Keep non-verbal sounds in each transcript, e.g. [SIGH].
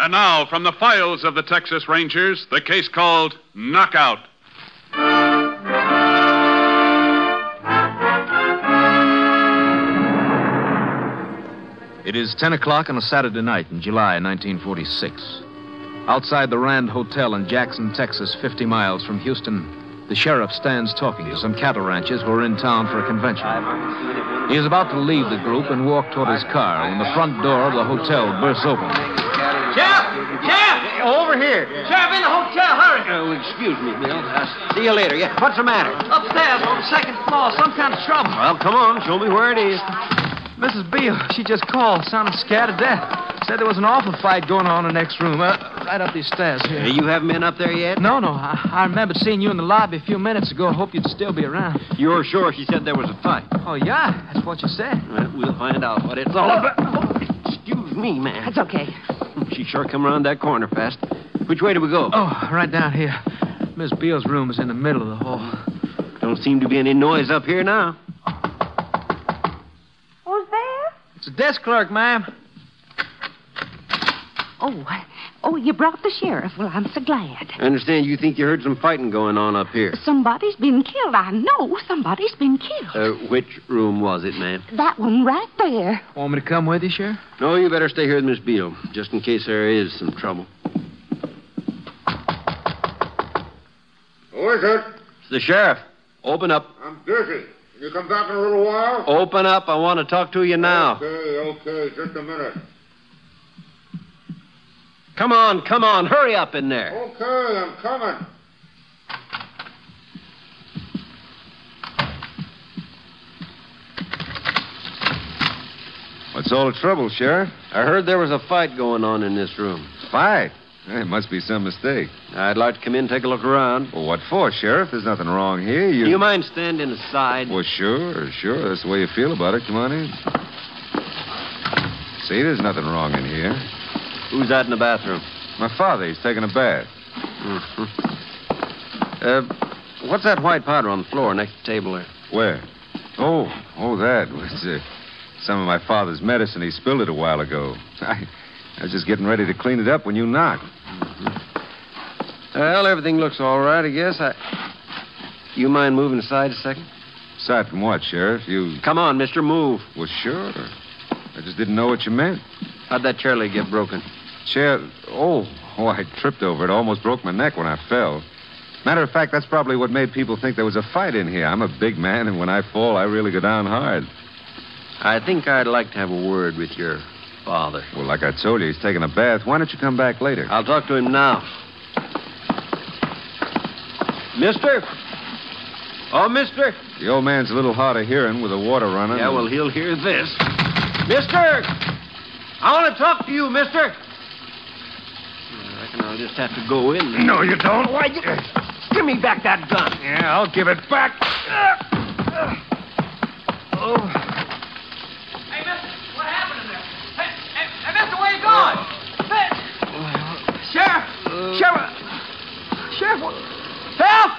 And now, from the files of the Texas Rangers, the case called Knockout. It is 10 o'clock on a Saturday night in July 1946. Outside the Rand Hotel in Jackson, Texas, 50 miles from Houston, the sheriff stands talking to some cattle ranchers who are in town for a convention. He is about to leave the group and walk toward his car when the front door of the hotel bursts open. Sheriff! Sheriff! Over here. Sheriff, in the hotel, hurry. Oh, excuse me, Bill. see you later. Yeah. What's the matter? Upstairs on the second floor, some kind of trouble. Well, come on. Show me where it is. Mrs. Beale, she just called, sounded scared to death. Said there was an awful fight going on in the next room, uh, right up these stairs here. You haven't been up there yet? No, no, I, I remembered seeing you in the lobby a few minutes ago. Hope you'd still be around. You're sure she said there was a fight? Oh, yeah, that's what you said. Well, we'll find out what it's all about. excuse me, man. That's okay. She sure come around that corner fast. Which way do we go? Oh, right down here. Miss Beale's room is in the middle of the hall. Don't seem to be any noise up here now. Who's there? It's a desk clerk, ma'am. Oh, oh, you brought the sheriff. Well, I'm so glad. I understand you think you heard some fighting going on up here. Somebody's been killed. I know somebody's been killed. Uh, which room was it, ma'am? That one right there. Want me to come with you, Sheriff? No, you better stay here with Miss Beale, just in case there is some trouble. Who is it? It's the sheriff. Open up. I'm busy. Can you come back in a little while? Open up. I want to talk to you now. Okay, okay, just a minute. Come on, come on. Hurry up in there. Okay, I'm coming. What's all the trouble, Sheriff? I heard there was a fight going on in this room. Fight? It must be some mistake. I'd like to come in and take a look around. Well, what for, Sheriff? There's nothing wrong here. You. Do you mind standing aside? Well, sure, sure. That's the way you feel about it. Come on in. See, there's nothing wrong in here. Who's that in the bathroom? My father, he's taking a bath. Uh, what's that white powder on the floor next to the table there? Where? Oh, oh, that was uh, some of my father's medicine. He spilled it a while ago. [LAUGHS] I, I was just getting ready to clean it up when you knocked. Well, everything looks all right, I guess. I. You mind moving aside a second? Aside from what, Sheriff? You. Come on, mister, move. Well, sure. I just didn't know what you meant. How'd that chair leg get broken? Chair. Oh, oh, I tripped over it. Almost broke my neck when I fell. Matter of fact, that's probably what made people think there was a fight in here. I'm a big man, and when I fall, I really go down hard. I think I'd like to have a word with your father. Uh, Well, like I told you, he's taking a bath. Why don't you come back later? I'll talk to him now. Mister? Oh, mister? The old man's a little hard of hearing with the water running. Yeah, well, he'll hear this. Mister! I want to talk to you, mister. I reckon I'll just have to go in. No, you don't. Why, you... Give me back that gun. Yeah, I'll give it back. Oh. Hey, mister, what happened in there? Hey, hey, hey mister, where you going? Hey, Sheriff! Uh, Sheriff! Sheriff! Help!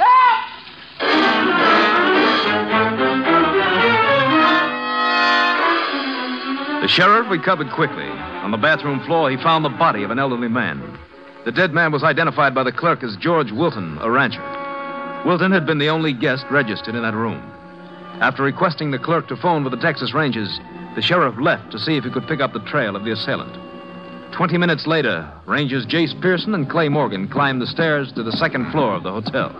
Help! The sheriff recovered quickly. On the bathroom floor, he found the body of an elderly man. The dead man was identified by the clerk as George Wilton, a rancher. Wilton had been the only guest registered in that room. After requesting the clerk to phone for the Texas Rangers, the sheriff left to see if he could pick up the trail of the assailant. Twenty minutes later, Rangers Jace Pearson and Clay Morgan climbed the stairs to the second floor of the hotel.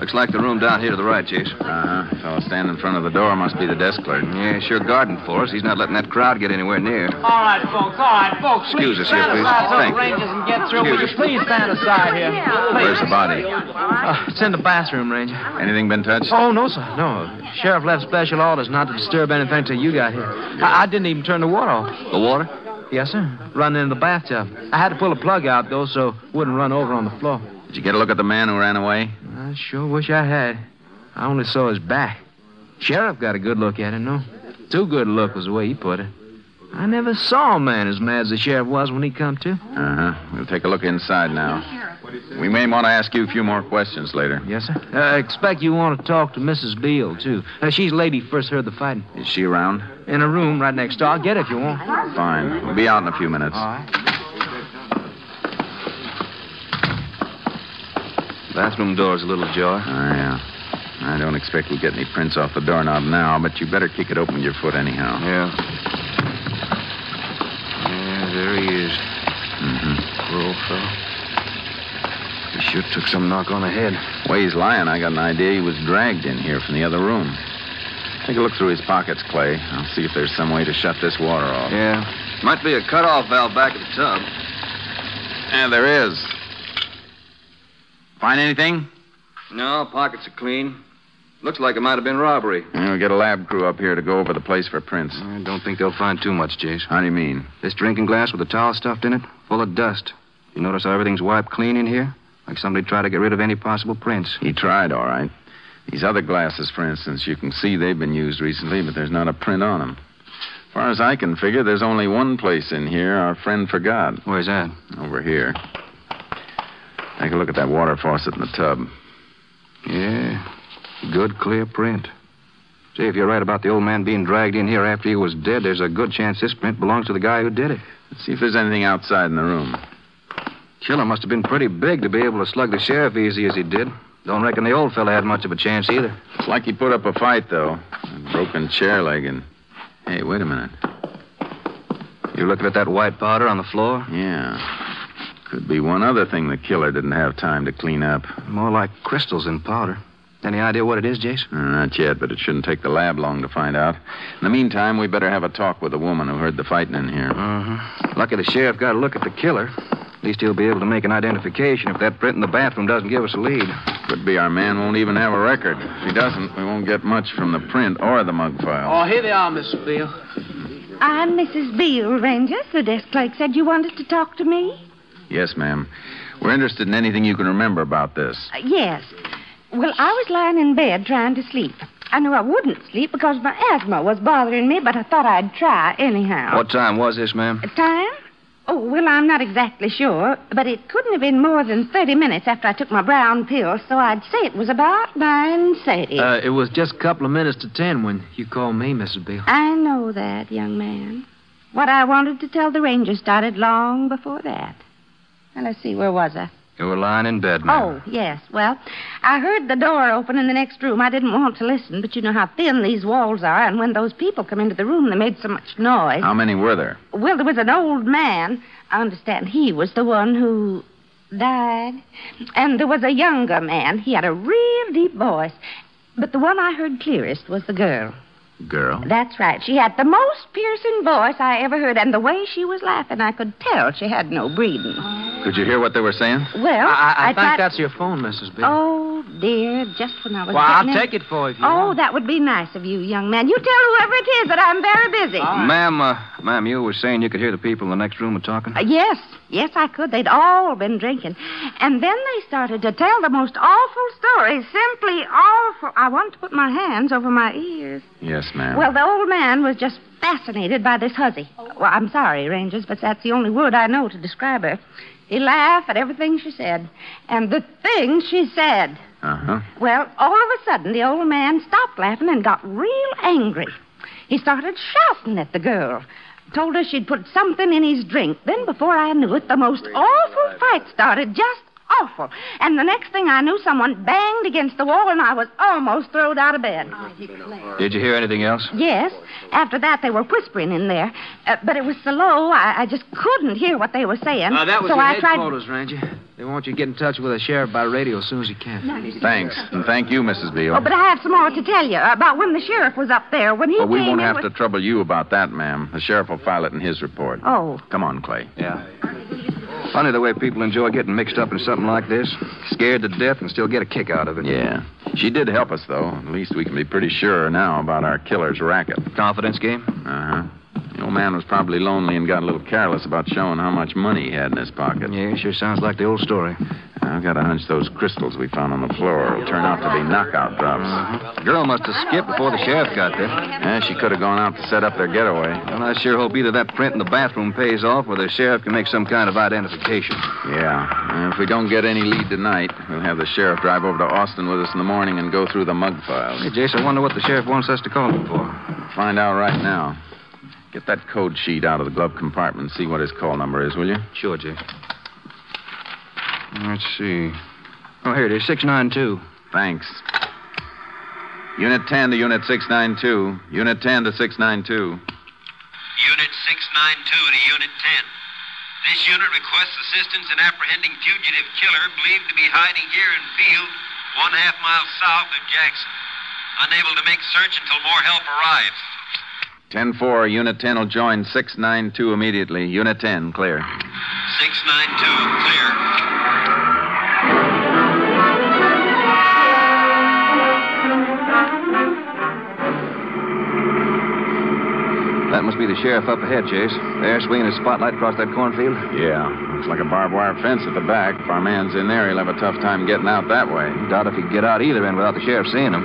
Looks like the room down here to the right, Chase. Uh huh. Fellow standing in front of the door must be the desk clerk. Yeah, sure guarding for us. He's not letting that crowd get anywhere near. All right, folks. All right, folks. Excuse please us here, stand please. aside so the Thank you. Rangers can get through. Would you Excuse us. please stand aside here? Where's the body? Uh, it's in the bathroom, Ranger. Anything been touched? Oh, no, sir. No. Sheriff left special orders not to disturb anything till you got here. I, I didn't even turn the water off. The water? Yes, sir. Running into the bathtub. I had to pull a plug out, though, so it wouldn't run over on the floor. Did you get a look at the man who ran away? I sure wish I had. I only saw his back. Sheriff got a good look at it, no? Too good a look was the way he put it. I never saw a man as mad as the sheriff was when he come to. Uh huh. We'll take a look inside now. We may want to ask you a few more questions later. Yes, sir. I expect you want to talk to Mrs. Beale, too. Uh, she's the lady who first heard the fighting. Is she around? In a room right next door. I'll get it if you want. Fine. We'll be out in a few minutes. Bathroom door's a little ajar. Oh, yeah. I don't expect we'll get any prints off the doorknob now, but you better kick it open with your foot anyhow. Yeah. Yeah, there he is. Mm-hmm. Poor old fellow. He sure took some knock on the head. Way he's lying, I got an idea he was dragged in here from the other room. Take a look through his pockets, Clay. I'll see if there's some way to shut this water off. Yeah. Might be a cutoff valve back of the tub. Yeah, there is. Find anything? No, pockets are clean. Looks like it might have been robbery. Yeah, We'll get a lab crew up here to go over the place for prints. I don't think they'll find too much, Jase. How do you mean? This drinking glass with the towel stuffed in it, full of dust. You notice how everything's wiped clean in here? Like somebody tried to get rid of any possible prints. He tried, all right. These other glasses, for instance, you can see they've been used recently, but there's not a print on them. Far as I can figure, there's only one place in here our friend forgot. Where's that? Over here. Take a look at that water faucet in the tub. Yeah. Good, clear print. Say, if you're right about the old man being dragged in here after he was dead, there's a good chance this print belongs to the guy who did it. Let's see if there's anything outside in the room. Killer must have been pretty big to be able to slug the sheriff easy as he did. Don't reckon the old fella had much of a chance either. It's like he put up a fight, though. A broken chair leg and. Hey, wait a minute. You looking at that white powder on the floor? Yeah. Could be one other thing the killer didn't have time to clean up. More like crystals than powder. Any idea what it is, Jace? Uh, Not yet, but it shouldn't take the lab long to find out. In the meantime, we better have a talk with the woman who heard the fighting in here. Mm-hmm. Lucky the sheriff got a look at the killer. At least he'll be able to make an identification if that print in the bathroom doesn't give us a lead. Could be our man won't even have a record. If he doesn't, we won't get much from the print or the mug file. Oh, here they are, Mrs. Beale. I'm Mrs. Beale, Ranger. The desk clerk said you wanted to talk to me? Yes, ma'am. We're interested in anything you can remember about this. Uh, yes. Well, I was lying in bed trying to sleep. I knew I wouldn't sleep because my asthma was bothering me, but I thought I'd try anyhow. What time was this, ma'am? Time? Oh, well, I'm not exactly sure, but it couldn't have been more than 30 minutes after I took my brown pill, so I'd say it was about 9.30. Uh, it was just a couple of minutes to ten when you called me, Mrs. Beale. I know that, young man. What I wanted to tell the ranger started long before that. Now, let's see, where was I? You were lying in bed, Oh, ma'am. yes. Well, I heard the door open in the next room. I didn't want to listen, but you know how thin these walls are, and when those people come into the room, they made so much noise. How many were there? Well, there was an old man. I understand he was the one who died. And there was a younger man. He had a real deep voice. But the one I heard clearest was the girl. Girl? That's right. She had the most piercing voice I ever heard, and the way she was laughing, I could tell she had no breeding. Could you hear what they were saying? Well, I, I, I think tried... that's your phone, Mrs. Beale. Oh, dear, just when I was well, I'll getting in- take it for you if you Oh, want. that would be nice of you, young man. You tell whoever it is that I'm very Oh, busy. Ma'am, uh, ma'am, you were saying you could hear the people in the next room a talking? Uh, yes, yes, I could. They'd all been drinking. And then they started to tell the most awful stories, simply awful. I wanted to put my hands over my ears. Yes, ma'am. Well, the old man was just fascinated by this hussy. Well, I'm sorry, Rangers, but that's the only word I know to describe her. He laughed at everything she said, and the things she said. Uh huh. Well, all of a sudden, the old man stopped laughing and got real angry. He started shouting at the girl, told her she'd put something in his drink. Then, before I knew it, the most awful fight started just awful. And the next thing I knew, someone banged against the wall, and I was almost thrown out of bed. Did you hear anything else? Yes. After that, they were whispering in there. Uh, but it was so low, I, I just couldn't hear what they were saying. Now, Ah, Uh, that was so your I tried. headquarters, Ranger. They want you to get in touch with the sheriff by radio as soon as you can. Thanks. And thank you, Mrs. Beale. Oh, but I have some more to tell you about when the sheriff was up there. When he Well, we came won't in have with... to trouble you about that, ma'am. The sheriff will file it in his report. Oh. Come on, Clay. Yeah. Funny the way people enjoy getting mixed up in something like this. Scared to death and still get a kick out of it. Yeah. She did help us, though. At least we can be pretty sure now about our killer's racket. Confidence game? Uh huh. The old man was probably lonely and got a little careless about showing how much money he had in his pocket. Yeah, sure sounds like the old story. I've got a hunch those crystals we found on the floor will turn out to be knockout drops. The girl must have skipped before the sheriff got there. Yeah, she could have gone out to set up their getaway. Well, I sure hope either that print in the bathroom pays off or the sheriff can make some kind of identification. Yeah. And if we don't get any lead tonight, we'll have the sheriff drive over to Austin with us in the morning and go through the mug files. Hey, Jason, I wonder what the sheriff wants us to call him for. Find out right now. Get that code sheet out of the glove compartment and see what his call number is, will you? Sure, Jay. Let's see. Oh, here it is, 692. Thanks. Unit 10 to Unit 692. Unit 10 to 692. Unit 692 to Unit 10. This unit requests assistance in apprehending fugitive killer believed to be hiding here in field one half mile south of Jackson. Unable to make search until more help arrives. 10 4, Unit 10 will join 692 immediately. Unit 10, clear. 692, clear. That must be the sheriff up ahead, Chase. There, swinging his spotlight across that cornfield. Yeah, looks like a barbed wire fence at the back. If our man's in there, he'll have a tough time getting out that way. Doubt if he'd get out either end without the sheriff seeing him.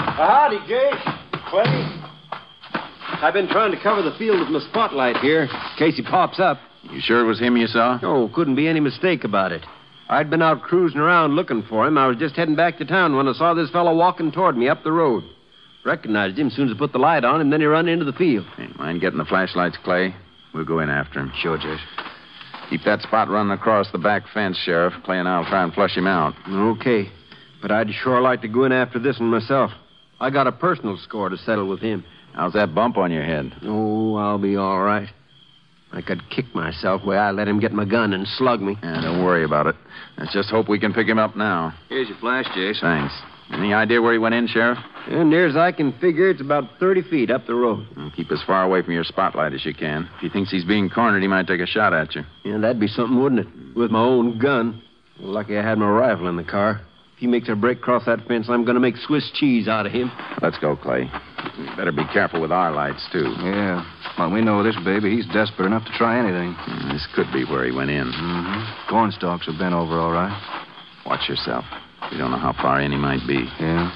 Howdy, Jake. Clay. I've been trying to cover the field with my spotlight here in case he pops up. You sure it was him you saw? Oh, couldn't be any mistake about it. I'd been out cruising around looking for him. I was just heading back to town when I saw this fellow walking toward me up the road. Recognized him as soon as I put the light on, and then he run into the field. Hey, mind getting the flashlights, Clay? We'll go in after him. Sure, Jase. Keep that spot running across the back fence, Sheriff. Clay and I'll try and flush him out. Okay, but I'd sure like to go in after this one myself. I got a personal score to settle with him. How's that bump on your head? Oh, I'll be all right. I could kick myself where I let him get my gun and slug me. Yeah, don't worry about it. Let's just hope we can pick him up now. Here's your flash, Jason. Thanks. Any idea where he went in, Sheriff? And near as I can figure, it's about 30 feet up the road. Well, Keep as far away from your spotlight as you can. If he thinks he's being cornered, he might take a shot at you. Yeah, that'd be something, wouldn't it? With my own gun. Lucky I had my rifle in the car. If he makes a break across that fence, I'm going to make Swiss cheese out of him. Let's go, Clay. We better be careful with our lights, too. Yeah. Well, we know this baby. He's desperate enough to try anything. Mm, This could be where he went in. Mm-hmm. Corn stalks have bent over all right. Watch yourself. We don't know how far in he might be. Yeah.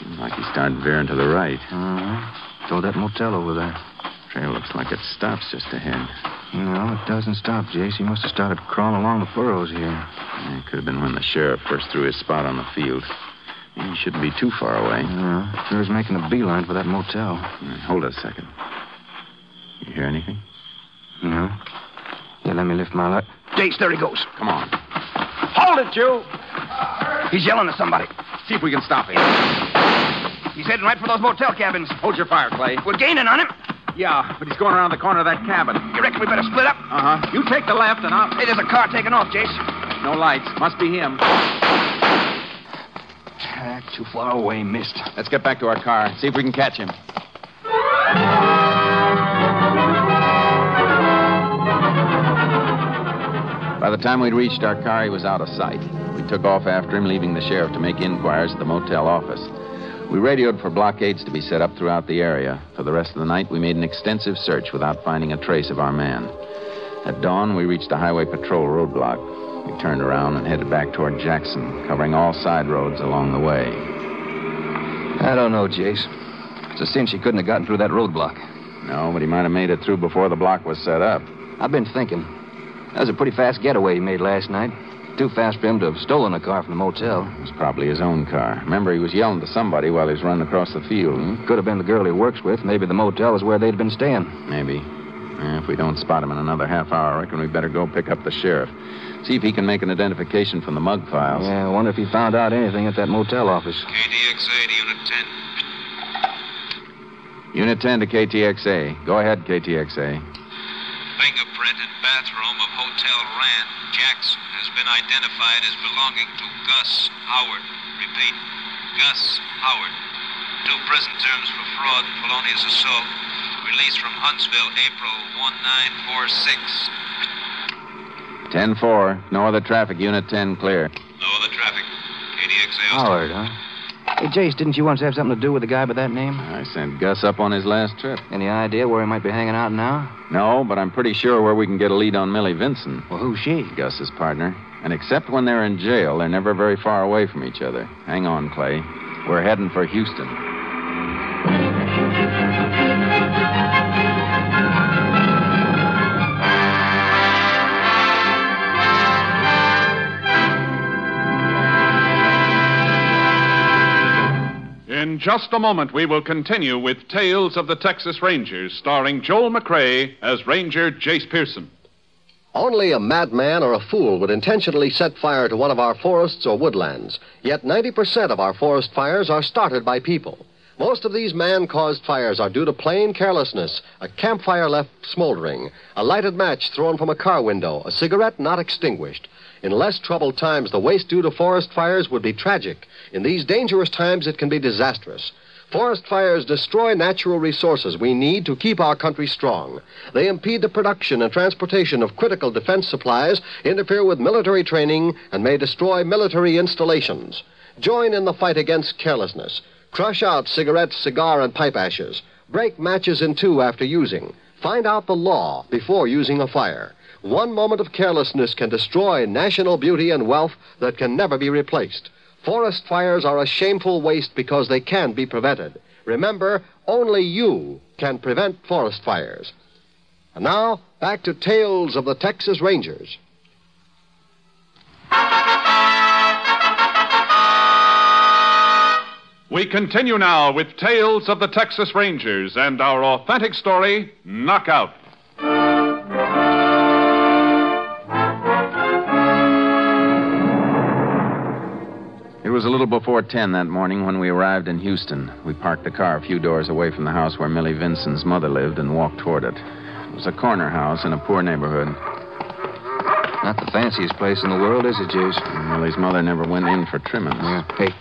Seems like he started veering to the right. Mm-hmm. Throw that motel over there. Trail looks like it stops just ahead. No, it doesn't stop, Jace. He must have started crawling along the furrows here. Yeah, It could have been when the sheriff first threw his spot on the field. He shouldn't be too far away. Yeah, sure is making a beeline for that motel. Mm, Hold a second. You hear anything? No. Yeah, let me lift my light. Jace, there he goes. Come on. Hold it, you! He's yelling at somebody. See if we can stop him. He's heading right for those motel cabins. Hold your fire, Clay. We're gaining on him. Yeah, but he's going around the corner of that cabin. You reckon we better split up? Uh huh. You take the left and I'll. Hey, there's a car taking off, Jace. No lights. Must be him. Ah, too far away, missed. Let's get back to our car. See if we can catch him. By the time we'd reached our car, he was out of sight. We took off after him, leaving the sheriff to make inquiries at the motel office. We radioed for blockades to be set up throughout the area. For the rest of the night, we made an extensive search without finding a trace of our man. At dawn, we reached a highway patrol roadblock. We turned around and headed back toward Jackson, covering all side roads along the way. I don't know, Jace. It's a cinch he couldn't have gotten through that roadblock. No, but he might have made it through before the block was set up. I've been thinking. That was a pretty fast getaway he made last night. Too fast for him to have stolen a car from the motel. It was probably his own car. Remember, he was yelling to somebody while he was running across the field. hmm? Could have been the girl he works with. Maybe the motel is where they'd been staying. Maybe. Eh, If we don't spot him in another half hour, I reckon we better go pick up the sheriff. See if he can make an identification from the mug files. Yeah, I wonder if he found out anything at that motel office. KDXA to Unit 10. Unit 10 to KTXA. Go ahead, KTXA. Fingerprint and bathroom of Hotel Rand Jackson has been identified as belonging to Gus Howard. Repeat, Gus Howard. Two prison terms for fraud and felonious assault. Released from Huntsville, April 1946. 10 4. No other traffic. Unit 10 clear. No other traffic. KDXA. Howard, huh? Hey, Jace, didn't you once have something to do with a guy by that name? I sent Gus up on his last trip. Any idea where he might be hanging out now? No, but I'm pretty sure where we can get a lead on Millie Vinson. Well, who's she? Gus's partner. And except when they're in jail, they're never very far away from each other. Hang on, Clay. We're heading for Houston. In just a moment, we will continue with Tales of the Texas Rangers, starring Joel McRae as Ranger Jace Pearson. Only a madman or a fool would intentionally set fire to one of our forests or woodlands. Yet 90% of our forest fires are started by people. Most of these man caused fires are due to plain carelessness a campfire left smoldering, a lighted match thrown from a car window, a cigarette not extinguished. In less troubled times, the waste due to forest fires would be tragic. In these dangerous times, it can be disastrous. Forest fires destroy natural resources we need to keep our country strong. They impede the production and transportation of critical defense supplies, interfere with military training, and may destroy military installations. Join in the fight against carelessness. Crush out cigarettes, cigar, and pipe ashes. Break matches in two after using. Find out the law before using a fire. One moment of carelessness can destroy national beauty and wealth that can never be replaced. Forest fires are a shameful waste because they can be prevented. Remember, only you can prevent forest fires. And now, back to Tales of the Texas Rangers. We continue now with Tales of the Texas Rangers and our authentic story, Knockout. It was a little before 10 that morning when we arrived in Houston. We parked the car a few doors away from the house where Millie Vinson's mother lived and walked toward it. It was a corner house in a poor neighborhood. Not the fanciest place in the world, is it, Jace? Millie's mother never went in for trimmings. Yeah. Hey.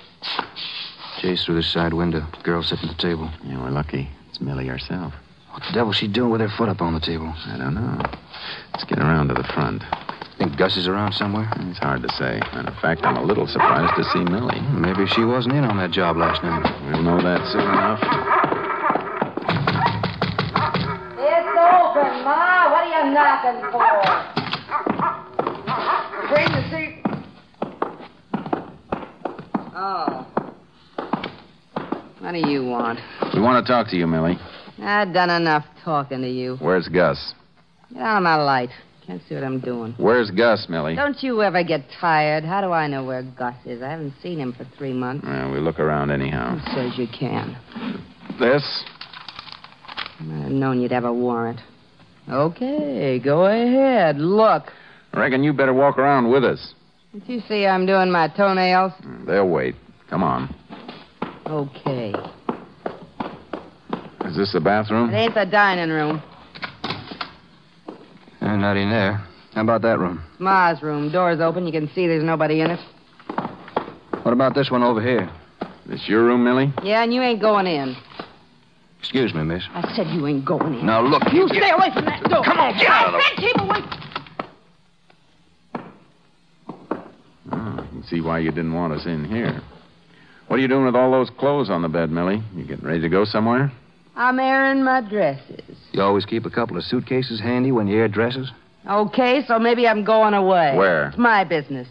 Jace through the side window. Girl sitting at the table. You were lucky. It's Millie herself. What the devil's she doing with her foot up on the table? I don't know. Let's get around to the front. Think Gus is around somewhere? It's hard to say. Matter of fact, I'm a little surprised to see Millie. Maybe she wasn't in on that job last night. We'll know that soon enough. It's open, Ma. What are you knocking for? Bring the seat. Oh. What do you want? We want to talk to you, Millie. I've done enough talking to you. Where's Gus? Get out of my light. Can't see what I'm doing. Where's Gus, Millie? Don't you ever get tired. How do I know where Gus is? I haven't seen him for three months. Well, we look around anyhow. Who says you can? This? I've known you'd have a warrant. Okay, go ahead. Look. I reckon you better walk around with us. Did you see I'm doing my toenails? They'll wait. Come on. Okay. Is this the bathroom? It ain't the dining room. Uh, Eh, not in there. How about that room? It's Ma's room. Door's open. You can see there's nobody in it. What about this one over here? This your room, Millie? Yeah, and you ain't going in. Excuse me, miss. I said you ain't going in. Now look, You stay away from that door. Come on, get out of the- I said keep away. Oh, I can see why you didn't want us in here. What are you doing with all those clothes on the bed, Millie? You getting ready to go somewhere? I'm airing my dresses. You always keep a couple of suitcases handy when you air dresses? Okay, so maybe I'm going away. Where? It's my business.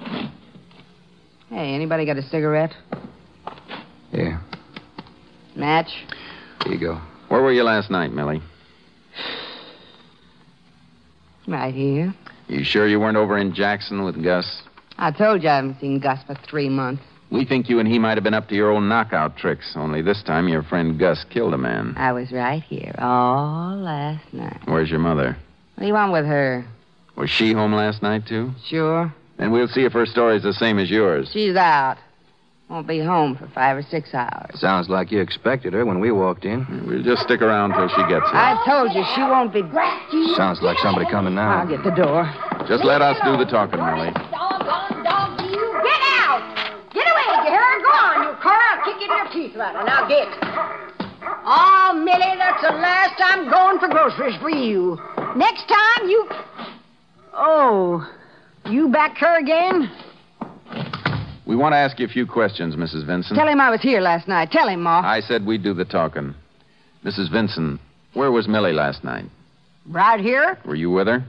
Hey, anybody got a cigarette? Yeah, Match? here you go. Where were you last night, Millie? Right here. You sure you weren't over in Jackson with Gus? I told you I haven't seen Gus for three months. We think you and he might have been up to your old knockout tricks, only this time your friend Gus killed a man. I was right here all last night. Where's your mother? What do you want with her? Was she home last night, too? Sure. And we'll see if her story's the same as yours. She's out. Won't be home for five or six hours. Sounds like you expected her when we walked in. We'll just stick around till she gets here. I told you she won't be. Sounds like somebody coming I'll now. get the door. Just let us do the talking, Millie. Get out! Get away, you hear? Go on, you car. I'll kick you to your teeth rather. Now get. Oh, Millie, that's the last time going for groceries for you. Next time you. Oh, you back her again? We want to ask you a few questions, Mrs. Vincent. Tell him I was here last night. Tell him, Ma. I said we'd do the talking. Mrs. Vincent, where was Millie last night? Right here? Were you with her?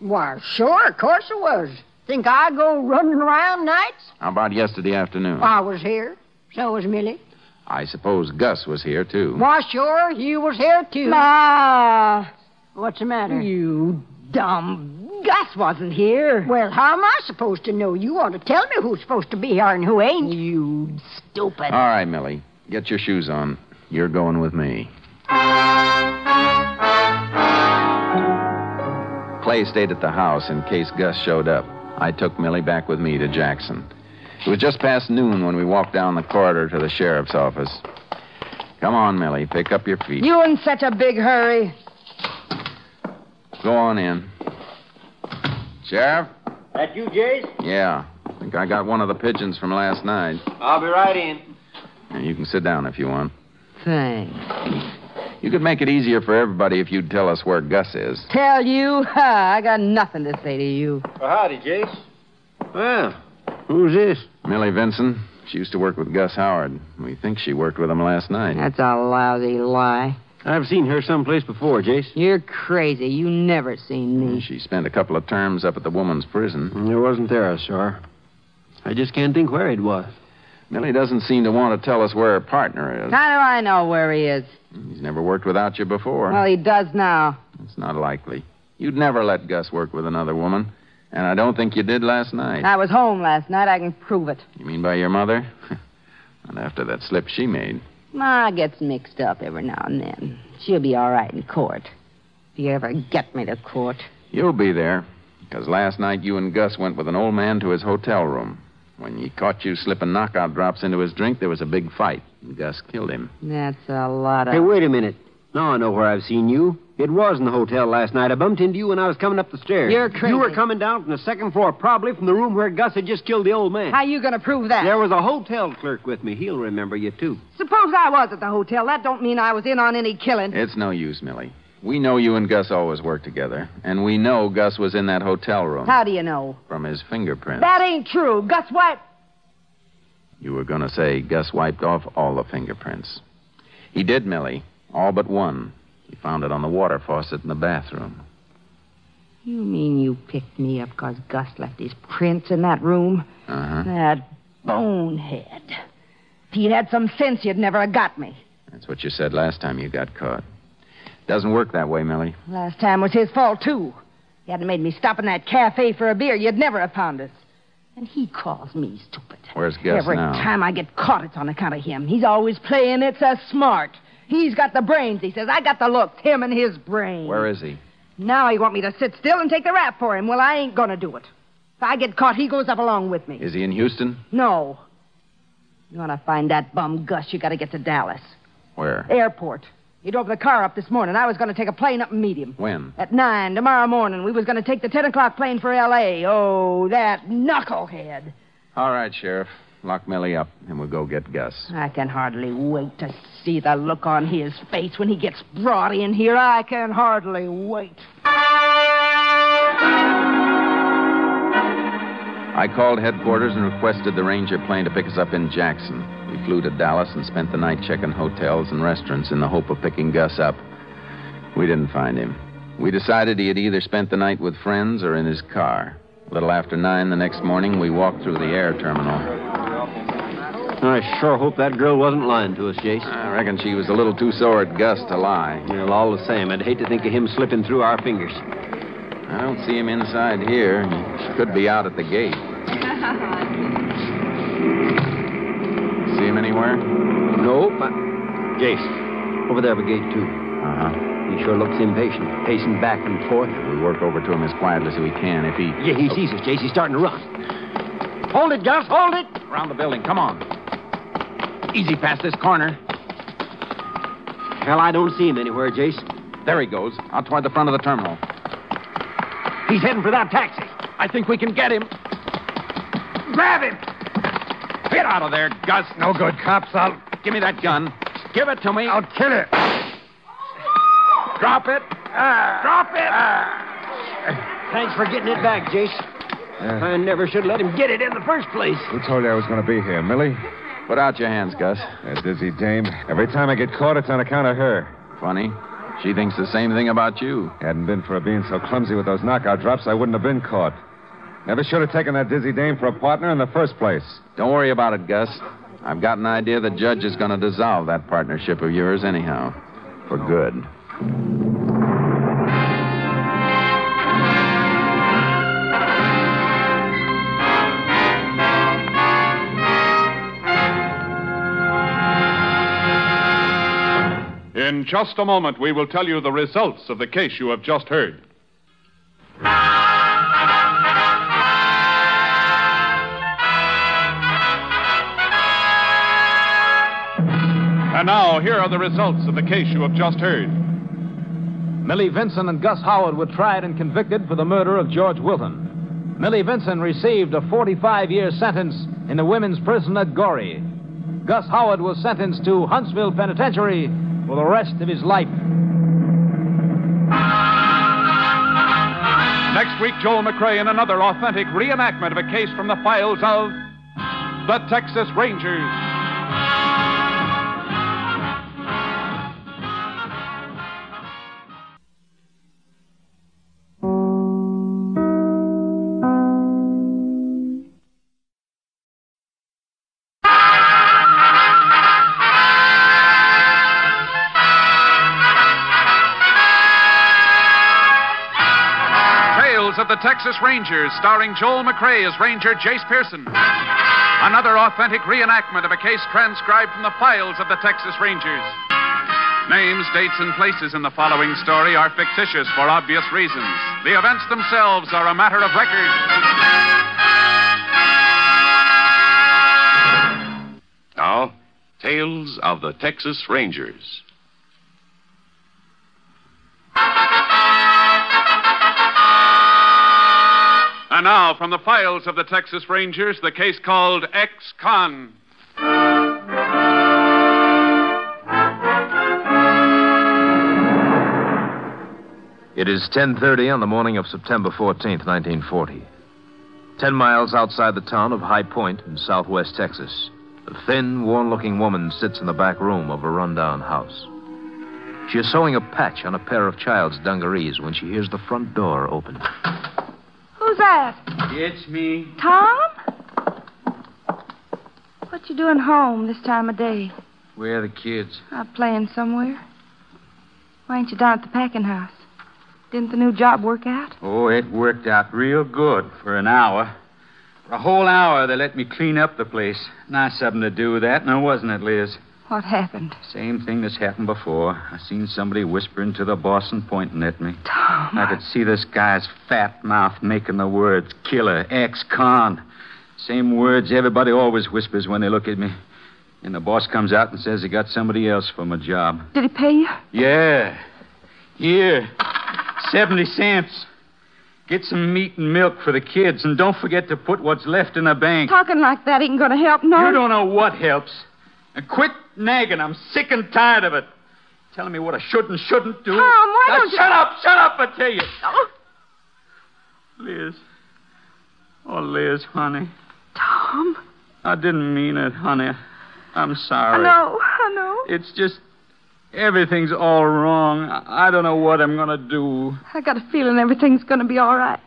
Why, sure, of course it was. Think I go running around nights? How about yesterday afternoon? I was here. So was Millie. I suppose Gus was here, too. Why, sure, you was here too. Ma! What's the matter? You dumb. Gus wasn't here. Well, how am I supposed to know? You ought to tell me who's supposed to be here and who ain't. You stupid. All right, Millie. Get your shoes on. You're going with me. Clay stayed at the house in case Gus showed up. I took Millie back with me to Jackson. It was just past noon when we walked down the corridor to the sheriff's office. Come on, Millie. Pick up your feet. You in such a big hurry. Go on in. Sheriff? That you, Jace? Yeah. I think I got one of the pigeons from last night. I'll be right in. Now, You can sit down if you want. Thanks. You could make it easier for everybody if you'd tell us where Gus is. Tell you? [LAUGHS] Ha, I got nothing to say to you. Well, howdy, Jace. Well, who's this? Millie Vinson. She used to work with Gus Howard. We think she worked with him last night. That's a lousy lie. I've seen her someplace before, Jace. Mm, You're crazy. You never seen me. She spent a couple of terms up at the woman's prison. It wasn't there, sir. I just can't think where it was. Millie doesn't seem to want to tell us where her partner How is. do I know where he is? He's never worked without you before. Well, he does now. It's not likely. You'd never let Gus work with another woman. And I don't think you did last night. I was home last night. I can prove it. You mean by your mother? [LAUGHS] Not after that slip she made. Ma gets mixed up every now and then. She'll be all right in court. If you ever get me to court. You'll be there, because last night you and Gus went with an old man to his hotel room. When he caught you slipping knockout drops into his drink, there was a big fight. and Gus killed him. That's a lot of. Hey, wait a minute. Now I know where I've seen you. It was in the hotel last night. I bumped into you when I was coming up the stairs. You're crazy. You were coming down from the second floor, probably from the room where Gus had just killed the old man. How you going to prove that? There was a hotel clerk with me. He'll remember you, too. Suppose I was at the hotel. That don't mean I was in on any killing. It's no use, Millie. We know you and Gus always worked together, and we know Gus was in that hotel room How do you know? from his fingerprints. That ain't true. Gus White. You were going to say Gus wiped off all the fingerprints. He did, Millie, all but one. He found it on the water faucet in the bathroom. You mean you picked me up 'cause Gus left his prints in that room? Uh huh. That bonehead. If you'd had some sense, you'd never have got me. That's what you said last time you got caught. Doesn't work that way, Millie. Last time was his fault, too. He hadn't made me stop in that cafe for a beer. You'd never have found us. And he calls me stupid. Where's Gus Every now? time I get caught, it's on account of him. He's always playing it's a smart. He's got the brains, he says. I got the looks, him and his brains. Where is he? Now he want me to sit still and take the rap for him. Well, I ain't gonna do it. If I get caught, he goes up along with me. Is he in Houston? No. You want to find that bum Gus, you got to get to Dallas. Where? Airport. He drove the car up this morning. I was going to take a plane up and meet him. When? At 9 tomorrow morning, we was going to take the 10 o'clock plane for L.A. Oh, that knucklehead. All right, Sheriff. Lock Millie up, and we'll go get Gus. I can hardly wait to see the look on his face when he gets brought in here. I can hardly wait. I called headquarters and requested the Ranger plane to pick us up in Jackson. We flew to Dallas and spent the night checking hotels and restaurants in the hope of picking Gus up. We didn't find him. We decided he had either spent the night with friends or in his car. A little after nine the next morning, we walked through the air terminal. I sure hope that girl wasn't lying to us, Jace. I reckon she was a little too sore at Gus to lie. Well, all the same, I'd hate to think of him slipping through our fingers. I don't see him inside here. He could be out at the gate. him anywhere? Nope. I... Jace, over there by gate two. Uh-huh. Uh huh. He sure looks impatient, pacing back and forth. We work over to him as quietly as we can. If he. Yeah, he sees us, Jace. He's starting to run. Hold it, Gus. Hold it. Around the building. Come on. Easy past this corner. Hell, I don't see him anywhere, Jace. There he goes. Out toward the front of the terminal. He's heading for that taxi. I think we can get him. Grab him. Get out of there, Gus. No good, cops. I'll Give me that gun. Give it to me. I'll kill it. Drop it. Drop it. Ah. Thanks for getting it back, Jace. I never should let him get it in the first place. Who told you I was going to be here, Millie? Put out your hands, Gus. That dizzy dame. Every time I get caught, it's on account of her. Funny. She thinks the same thing about you. Hadn't been for her being so clumsy with those knockout drops, I wouldn't have been caught. Never should have taken that dizzy dame for a partner in the first place. Don't worry about it, Gus. I've got an idea the judge is going to dissolve that partnership of yours, anyhow. For good. In just a moment, we will tell you the results of the case you have just heard. And now, here are the results of the case you have just heard. Millie Vinson and Gus Howard were tried and convicted for the murder of George Wilton. Millie Vinson received a 45 year sentence in the women's prison at Gorey. Gus Howard was sentenced to Huntsville Penitentiary for the rest of his life. Next week, Joel McRae in another authentic reenactment of a case from the files of the Texas Rangers. Tales of the Texas Rangers, starring Joel McRae as Ranger Jace Pearson. Another authentic reenactment of a case transcribed from the files of the Texas Rangers. Names, dates, and places in the following story are fictitious for obvious reasons. The events themselves are a matter of record. Now, Tales of the Texas Rangers. And now, from the files of the Texas Rangers, the case called Ex Con. It is 10:30 on the morning of September 14th, 1940. 10 miles outside the town of High Point in southwest Texas, a thin, worn-looking woman sits in the back room of a rundown house. She is sewing a patch on a pair of child's dungarees when she hears the front door open. [LAUGHS] Who's that? It's me. Tom? What you doing home this time of day? Where are the kids? Out playing somewhere? Why ain't you down at the packing house? Didn't the new job work out? Oh, it worked out real good for an hour. For a whole hour they let me clean up the place. Nice of 'em to do that, now wasn't it, Liz? What happened? Same thing that's happened before. I seen somebody whispering to the boss and pointing at me. Tom. I could see this guy's fat mouth making the words killer, ex con. Same words everybody always whispers when they look at me. And the boss comes out and says he got somebody else for my job. Did he pay you? Yeah. Here. 70 cents. Get some meat and milk for the kids, and don't forget to put what's left in the bank. Talking like that ain't gonna help no. You don't know what helps. And quit nagging. I'm sick and tired of it. Telling me what I should and shouldn't do. Tom, why Now, don't you- shut up, shut up, I tell you. Oh, Liz. Oh, Liz, honey. Tom. I didn't mean it, honey. I'm I sorry. know, I know. It's just everything's all wrong. I I don't know what I'm going to do. I got a feeling everything's gonna be all right.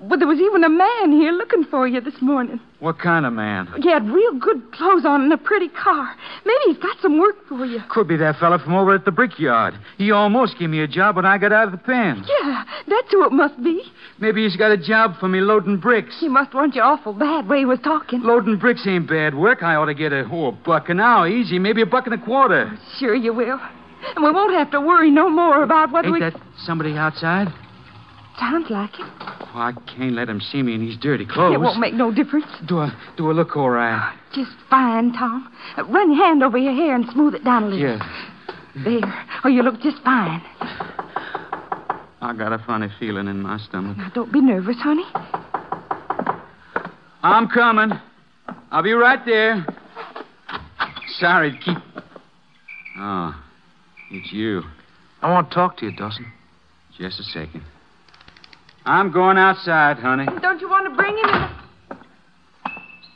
Well, there was even a man here looking for you this morning. What kind of man? He had real good clothes on and a pretty car. Maybe he's got some work for you. Could be that fella from over at the brickyard. He almost gave me a job when I got out of the pen. Yeah, that's who it must be. Maybe he's got a job for me loading bricks. He must want you awful bad way he was talking. Loading bricks ain't bad work. I ought to get a, oh, a buck an hour, easy, maybe a buck and a quarter. Sure you will. And we won't have to worry no more about what ain't we... that somebody outside? Sounds like it. Oh, I can't let him see me in these dirty clothes. It won't make no difference. Do I, do I look all right? Just fine, Tom. Uh, Run your hand over your hair and smooth it down a little. Yeah. There. Oh, you look just fine. I got a funny feeling in my stomach. Now, don't be nervous, honey. I'm coming. I'll be right there. Sorry to keep. Oh, it's you. I want to talk to you, Dawson. Just a second. I'm going outside, honey. Don't you want to bring him in?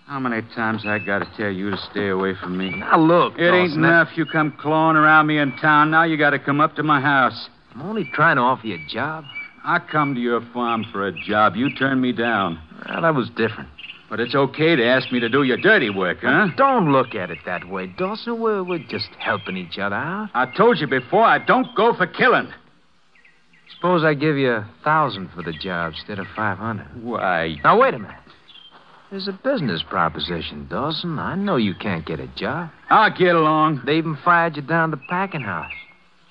How many times I got to tell you to stay away from me? Now, look, It ain't Dawson, that- enough you come clawing around me in town. Now you got to come up to my house. I'm only trying to offer you a job. I come to your farm for a job. You turned me down. Well, that was different. But it's okay to ask me to do your dirty work, huh? Don't look at it that way, Dawson. We're, we're just helping each other out. I told you before, I don't go for killing. Suppose I give you a thousand for the job instead of five hundred. Why? Now wait a minute. There's a business proposition, Dawson. I know you can't get a job. I'll get along. They even fired you down to the packing house.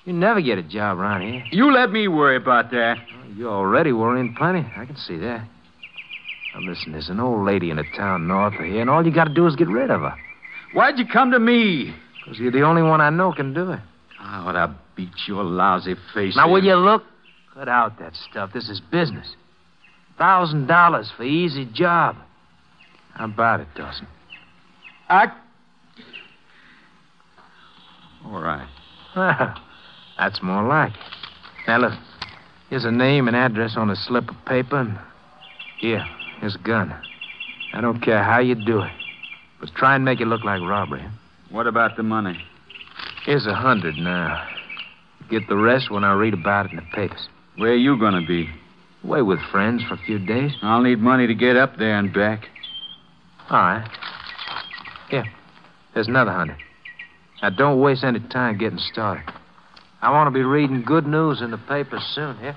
You never get a job around here. You let me worry about that. You're already worrying plenty. I can see that. Now listen, there's an old lady in a town north of here, and all you got to do is get rid of her. Why'd you come to me? Because you're the only one I know can do it. I ought to beat your lousy face. Now, will in. you look? Cut out that stuff. This is business. Thousand dollars for easy job. How about it, Dawson? I. All right. That's more like it. Now, look. Here's a name and address on a slip of paper, and here, here's a gun. I don't care how you do it, but try and make it look like robbery. What about the money? Here's a hundred now. Get the rest when I read about it in the papers. Where are you going to be? Away with friends for a few days. I'll need money to get up there and back. All right. Here, there's another hundred. Now, don't waste any time getting started. I want to be reading good news in the papers soon, here.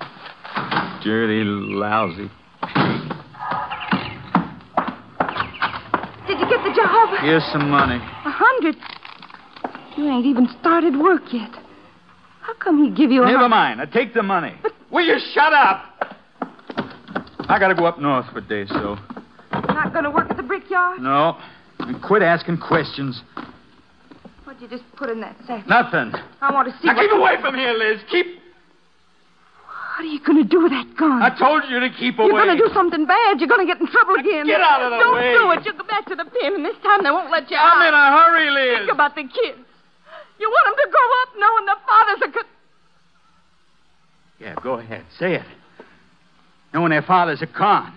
Dirty, lousy. Did you get the job? Here's some money. A hundred. You ain't even started work yet. How come he give you a... Never hun- mind. I take the money. Will you shut up? I got to go up north for a day, so. Not going to work at the brickyard? No. And quit asking questions. What'd you just put in that sack? Nothing. I want to see Now what... keep away from here, Liz. Keep. What are you going to do with that gun? I told you to keep away. You're going to do something bad. You're going to get in trouble again. Get out of the Don't way. do it. You'll go back to the pen, and this time they won't let you out. I'm in a hurry, Liz. Think about the kids. You want them to grow up knowing their fathers are good. Yeah, go ahead. Say it. Knowing their father's a con.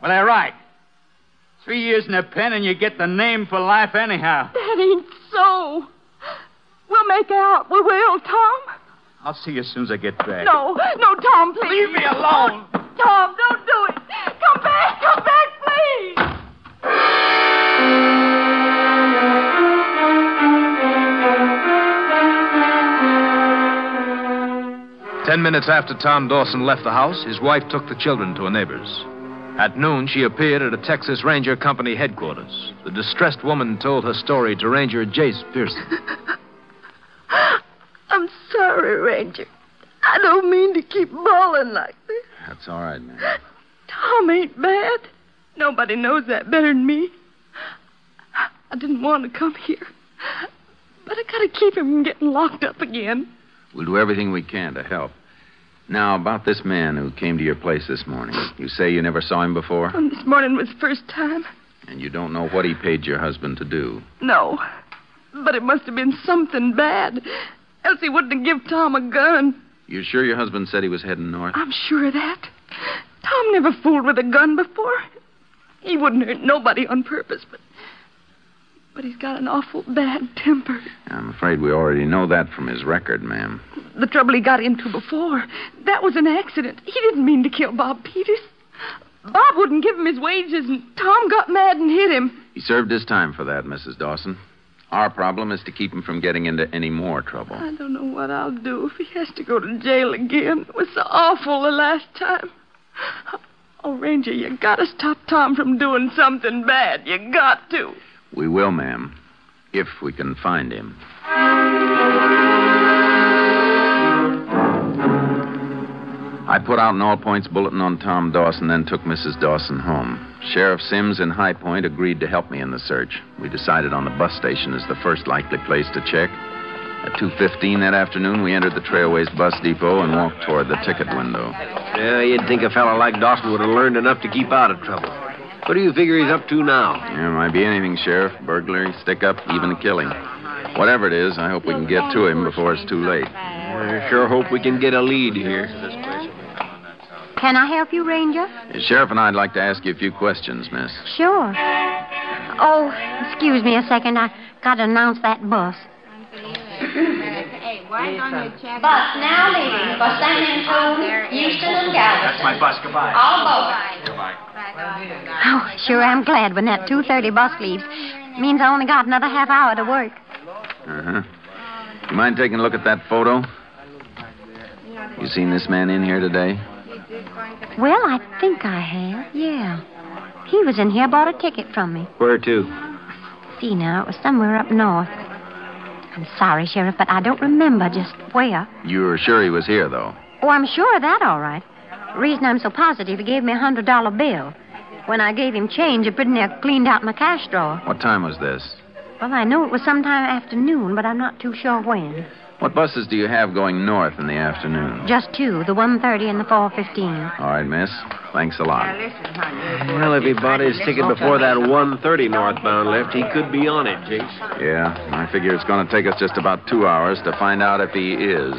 Well, they're right. Three years in the pen and you get the name for life anyhow. That ain't so. We'll make out. We will, Tom. I'll see you as soon as I get back. No, no, Tom, please. Leave me alone. Tom, don't do it. Come back. Come back, please. Ten minutes after Tom Dawson left the house, his wife took the children to a neighbor's. At noon, she appeared at a Texas Ranger Company headquarters. The distressed woman told her story to Ranger Jace Pearson. I'm sorry, Ranger. I don't mean to keep bawling like this. That's all right, man. Tom ain't bad. Nobody knows that better than me. I didn't want to come here. But I gotta keep him from getting locked up again. We'll do everything we can to help. Now, about this man who came to your place this morning. You say you never saw him before, And this morning was first time. and you don't know what he paid your husband to do. No. But it must have been something bad. Else he wouldn't have give Tom a gun. You sure your husband said he was heading north? I'm sure of that. Tom never fooled with a gun before. He wouldn't hurt nobody on purpose, but but he's got an awful bad temper. I'm afraid we already know that from his record, ma'am. The trouble he got into before. That was an accident. He didn't mean to kill Bob Peters. Bob wouldn't give him his wages, and Tom got mad and hit him. He served his time for that, Mrs. Dawson. Our problem is to keep him from getting into any more trouble. I don't know what I'll do if he has to go to jail again. It was so awful the last time. Oh, Ranger, you gotta stop Tom from doing something bad. You got to. We will, ma'am, if we can find him. I put out an all points bulletin on Tom Dawson, then took Mrs. Dawson home. Sheriff Sims in High Point agreed to help me in the search. We decided on the bus station as the first likely place to check. At 2:15 that afternoon, we entered the Trailways bus depot and walked toward the ticket window. Yeah, you'd think a fellow like Dawson would have learned enough to keep out of trouble. What do you figure he's up to now? There might be anything, Sheriff. Burglary, stick up, even a killing. Whatever it is, I hope we can get to him before it's too late. I sure hope we can get a lead here. Can I help you, Ranger? The sheriff and I'd like to ask you a few questions, miss. Sure. Oh, excuse me a second. I got to announce that bus. Bus now leaving for San Antonio, Houston, and Galveston. my bus. Goodbye. All aboard. Oh, sure, I'm glad when that 2.30 bus leaves. Means I only got another half hour to work. Uh huh. You mind taking a look at that photo? You seen this man in here today? Well, I think I have, yeah. He was in here, bought a ticket from me. Where to? See now, it was somewhere up north. I'm sorry, Sheriff, but I don't remember just where. You're sure he was here, though. Oh, I'm sure of that, all right. The reason I'm so positive, he gave me a hundred dollar bill. When I gave him change, he pretty near cleaned out my cash drawer. What time was this? Well, I know it was sometime afternoon, but I'm not too sure when. What buses do you have going north in the afternoon? Just two, the 1.30 and the 4.15. All right, miss. Thanks a lot. Well, if he bought his ticket before that 130 northbound left, he could be on it, Jace. Yeah, I figure it's going to take us just about two hours to find out if he is.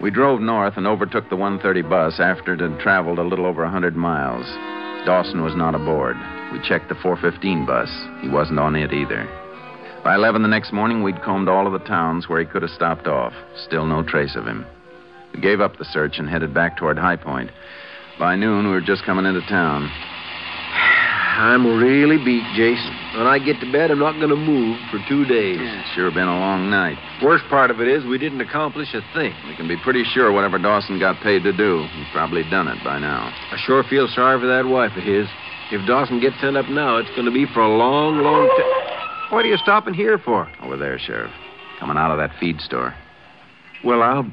We drove north and overtook the 1:30 bus after it had traveled a little over a 100 miles. Dawson was not aboard. We checked the 4:15 bus. He wasn't on it either. By 11 the next morning, we'd combed all of the towns where he could have stopped off. Still no trace of him. We gave up the search and headed back toward High Point. By noon, we were just coming into town. I'm really beat, Jason. When I get to bed, I'm not going to move for two days. Sure been a long night. Worst part of it is we didn't accomplish a thing. We can be pretty sure whatever Dawson got paid to do, he's probably done it by now. I sure feel sorry for that wife of his. If Dawson gets sent up now, it's going to be for a long, long time. What are you stopping here for? Over there, Sheriff. Coming out of that feed store. Well, I'll.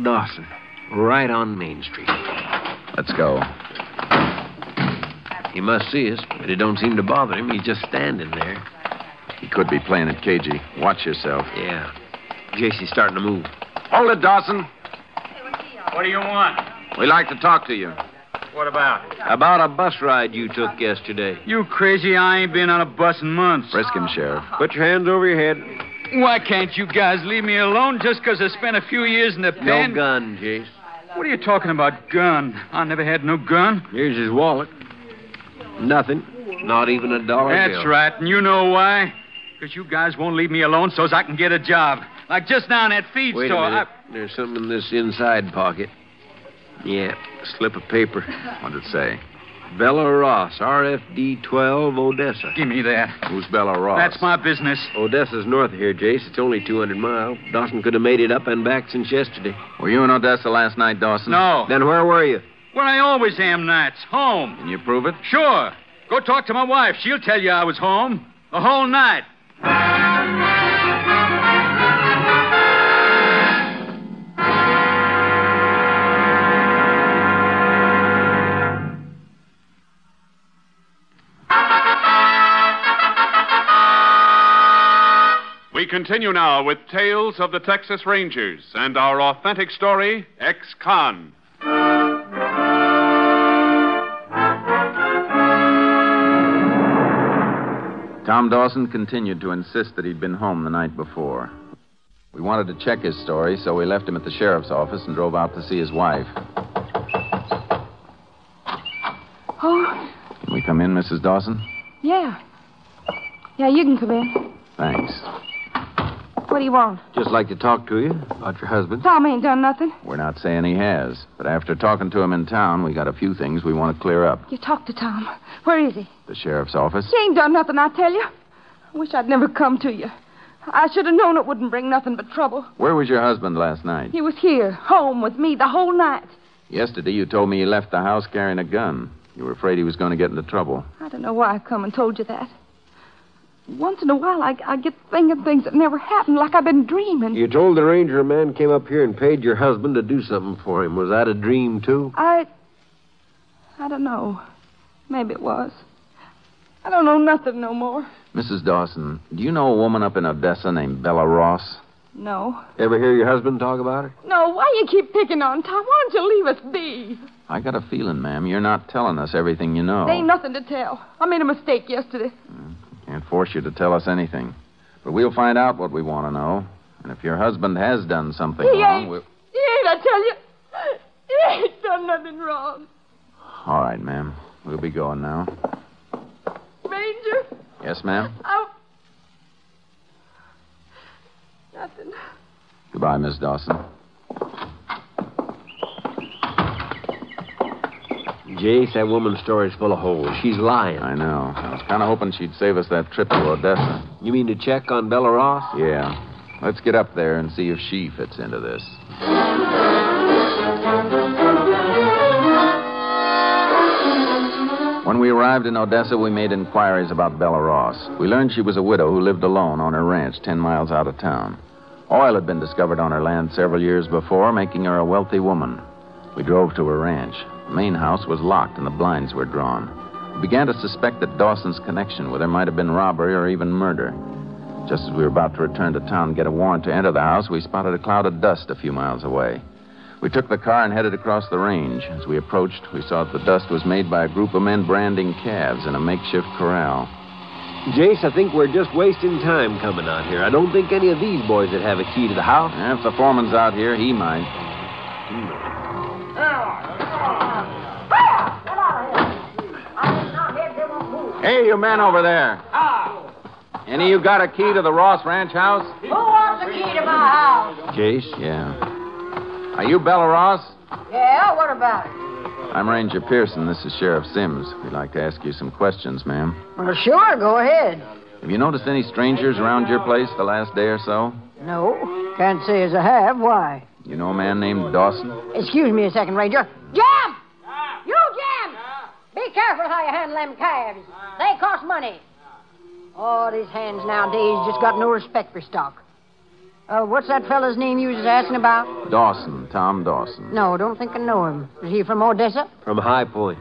Dawson. Right on Main Street. Let's go. He must see us, but it don't seem to bother him. He's just standing there. He could be playing it cagey. Watch yourself. Yeah. Jason's starting to move. Hold it, Dawson. What do you want? We like to talk to you. What about? About a bus ride you took yesterday. You crazy? I ain't been on a bus in months. Frisk him, Sheriff. Put your hands over your head. Why can't you guys leave me alone just 'cause I spent a few years in the pen? No gun, Jason. What are you talking about, gun? I never had no gun. Here's his wallet. Nothing. Not even a dollar That's bill. right, and you know why? Because you guys won't leave me alone so's I can get a job. Like just now in that feed Wait a store. minute. There's something in this inside pocket. Yeah, slip of paper. What'd it say? Bella Ross, RFD 12, Odessa. Give me that. Who's Bella Ross? That's my business. Odessa's north of here, Jace. It's only 200 miles. Dawson could have made it up and back since yesterday. Were you in Odessa last night, Dawson? No. Then where were you? Where I always am nights, home. Can you prove it? Sure. Go talk to my wife. She'll tell you I was home the whole night. We continue now with Tales of the Texas Rangers and our authentic story, Ex Con. Tom Dawson continued to insist that he'd been home the night before. We wanted to check his story, so we left him at the sheriff's office and drove out to see his wife. Oh, Can we come in, Mrs. Dawson? yeah. Yeah, you can come in. Thanks. What do you want? Just like to talk to you about your husband. Tom ain't done nothing. We're not saying he has, but after talking to him in town, we got a few things we want to clear up. You talked to Tom. Where is he? The sheriff's office. He ain't done nothing, I tell you. I wish I'd never come to you. I should have known it wouldn't bring nothing but trouble. Where was your husband last night? He was here, home with me the whole night. Yesterday, you told me he left the house carrying a gun. You were afraid he was going to get into trouble. I don't know why I come and told you that. Once in a while, I, I get thinking things that never happened, like I've been dreaming. You told the ranger a man came up here and paid your husband to do something for him. Was that a dream, too? I. I don't know. Maybe it was. I don't know nothing no more. Mrs. Dawson, do you know a woman up in Odessa named Bella Ross? No. Ever hear your husband talk about her? No, why you keep picking on Tom? Why don't you leave us be? I got a feeling, ma'am, you're not telling us everything you know. There ain't nothing to tell. I made a mistake yesterday. Can't force you to tell us anything. But we'll find out what we want to know. And if your husband has done something He wrong, ain't. we'll. He ain't, I tell you. He ain't done nothing wrong. All right, ma'am. We'll be going now. Ranger, Yes, ma'am? I. Nothing. Goodbye, Miss Dawson. Jace, that woman's story's full of holes. She's lying. I know. I was kind of hoping she'd save us that trip to Odessa. You mean to check on Bella Ross? Yeah. Let's get up there and see if she fits into this. When we arrived in Odessa, we made inquiries about Bella Ross. We learned she was a widow who lived alone on her ranch 10 miles out of town. Oil had been discovered on her land several years before, making her a wealthy woman. We drove to her ranch. The main house was locked and the blinds were drawn. We began to suspect that Dawson's connection with her might have been robbery or even murder. Just as we were about to return to town and get a warrant to enter the house, we spotted a cloud of dust a few miles away. We took the car and headed across the range. As we approached, we saw that the dust was made by a group of men branding calves in a makeshift corral. Jace, I think we're just wasting time coming out here. I don't think any of these boys would have a key to the house. if the foreman's out here, he might. Hey, you men over there. Any of you got a key to the Ross Ranch house? Ah, Who wants the key to my house? Jace? Yeah. Are you Bella Ross? Yeah, what about it? I'm Ranger Pearson. This is Sheriff Sims. We'd like to ask you some questions, ma'am. Well, sure, go ahead. Have you noticed any strangers around your place the last day or so? No, can't say as I have. Why? You know a man named Dawson? Excuse me a second, Ranger. Jim! You, Jim! Be careful how you handle them calves. They cost money. Oh, these hands nowadays just got no respect for stock. Uh, what's that fella's name you was asking about? Dawson, Tom Dawson. No, don't think I know him. Is he from Odessa? From High Point.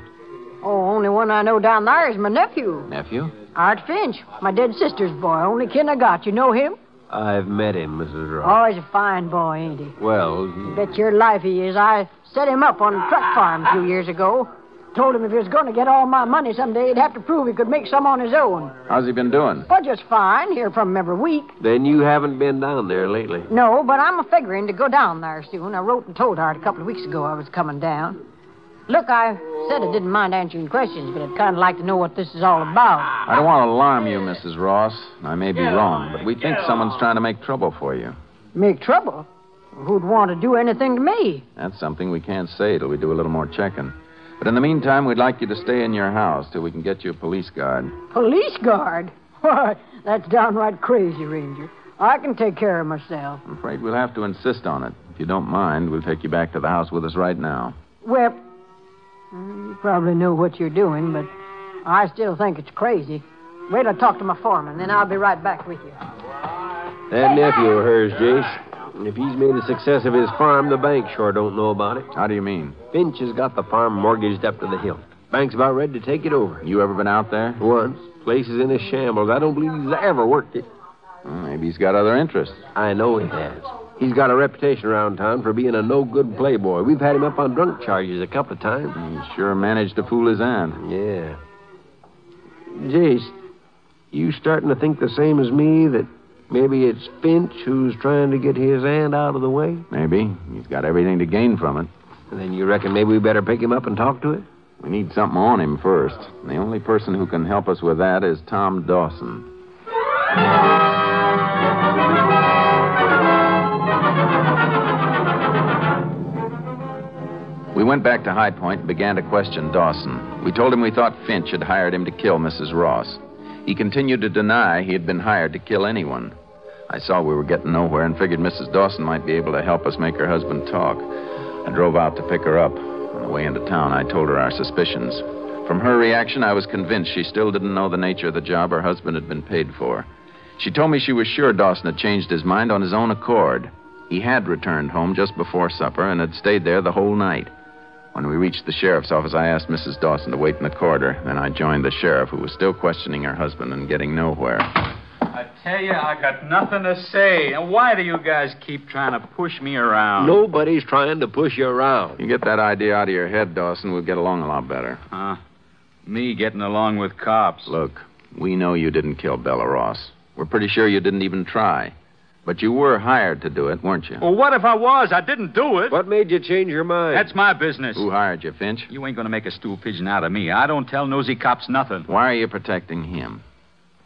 Oh, only one I know down there is my nephew, Nephew? Art Finch, my dead sister's boy, only kin I got. You know him? I've met him, Mrs. Ross. Oh, he's a fine boy, ain't he? Well, Bet your life he is. I set him up on a truck farm a few years ago. Told him if he was going to get all my money someday, he'd have to prove he could make some on his own. How's he been doing? Well, just fine. Hear from him every week. then you haven't been down there lately. No, but I'm a figuring to go down there soon. I wrote and told Hart a couple of weeks ago I was coming down. Look, I said I didn't mind answering questions, but I'd kind of like to know what this is all about. I don't want to alarm you, Mrs. Ross. I may be wrong, but we think someone's trying to make trouble for you. Make trouble? Who'd want to do anything to me? That's something we can't say till we do a little more checking. But in the meantime, we'd like you to stay in your house till we can get you a police guard. Police guard? [LAUGHS] Why, that's downright crazy, Ranger. I can take care of myself. I'm afraid we'll have to insist on it. If you don't mind, we'll take you back to the house with us right now. Well, you probably know what you're doing, but I still think it's crazy. Wait till I talk to my foreman, then I'll be right back with you. That nephew of hers, Jace. If he's made a success of his farm, the bank sure don't know about it. How do you mean? Finch has got the farm mortgaged up to the hilt. Bank's about ready to take it over. You ever been out there? Once. Place is in a shambles. I don't believe he's ever worked it. Maybe he's got other interests. I know he has. He's got a reputation around town for being a no good playboy. We've had him up on drunk charges a couple of times. He sure managed to fool his aunt. Yeah. Jace, you starting to think the same as me that maybe it's Finch who's trying to get his aunt out of the way? Maybe. He's got everything to gain from it. Then you reckon maybe we better pick him up and talk to him? We need something on him first. And the only person who can help us with that is Tom Dawson. went back to High Point and began to question Dawson. We told him we thought Finch had hired him to kill Mrs. Ross. He continued to deny he had been hired to kill anyone. I saw we were getting nowhere and figured Mrs. Dawson might be able to help us make her husband talk. I drove out to pick her up. On the way into town, I told her our suspicions. From her reaction, I was convinced she still didn't know the nature of the job her husband had been paid for. She told me she was sure Dawson had changed his mind on his own accord. He had returned home just before supper and had stayed there the whole night. When we reached the sheriff's office, I asked Mrs. Dawson to wait in the corridor. Then I joined the sheriff, who was still questioning her husband and getting nowhere. I tell you, uh, I got nothing to say. And why do you guys keep trying to push me around? Nobody's trying to push you around. You get that idea out of your head, Dawson, we'll get along a lot better. Huh? Me getting along with cops. Look, we know you didn't kill Bella Ross. We're pretty sure you didn't even try. But you were hired to do it, weren't you? Well, what if I was? I didn't do it. What made you change your mind? That's my business. Who hired you, Finch? You ain't gonna make a stool pigeon out of me. I don't tell nosy cops nothing. Why are you protecting him?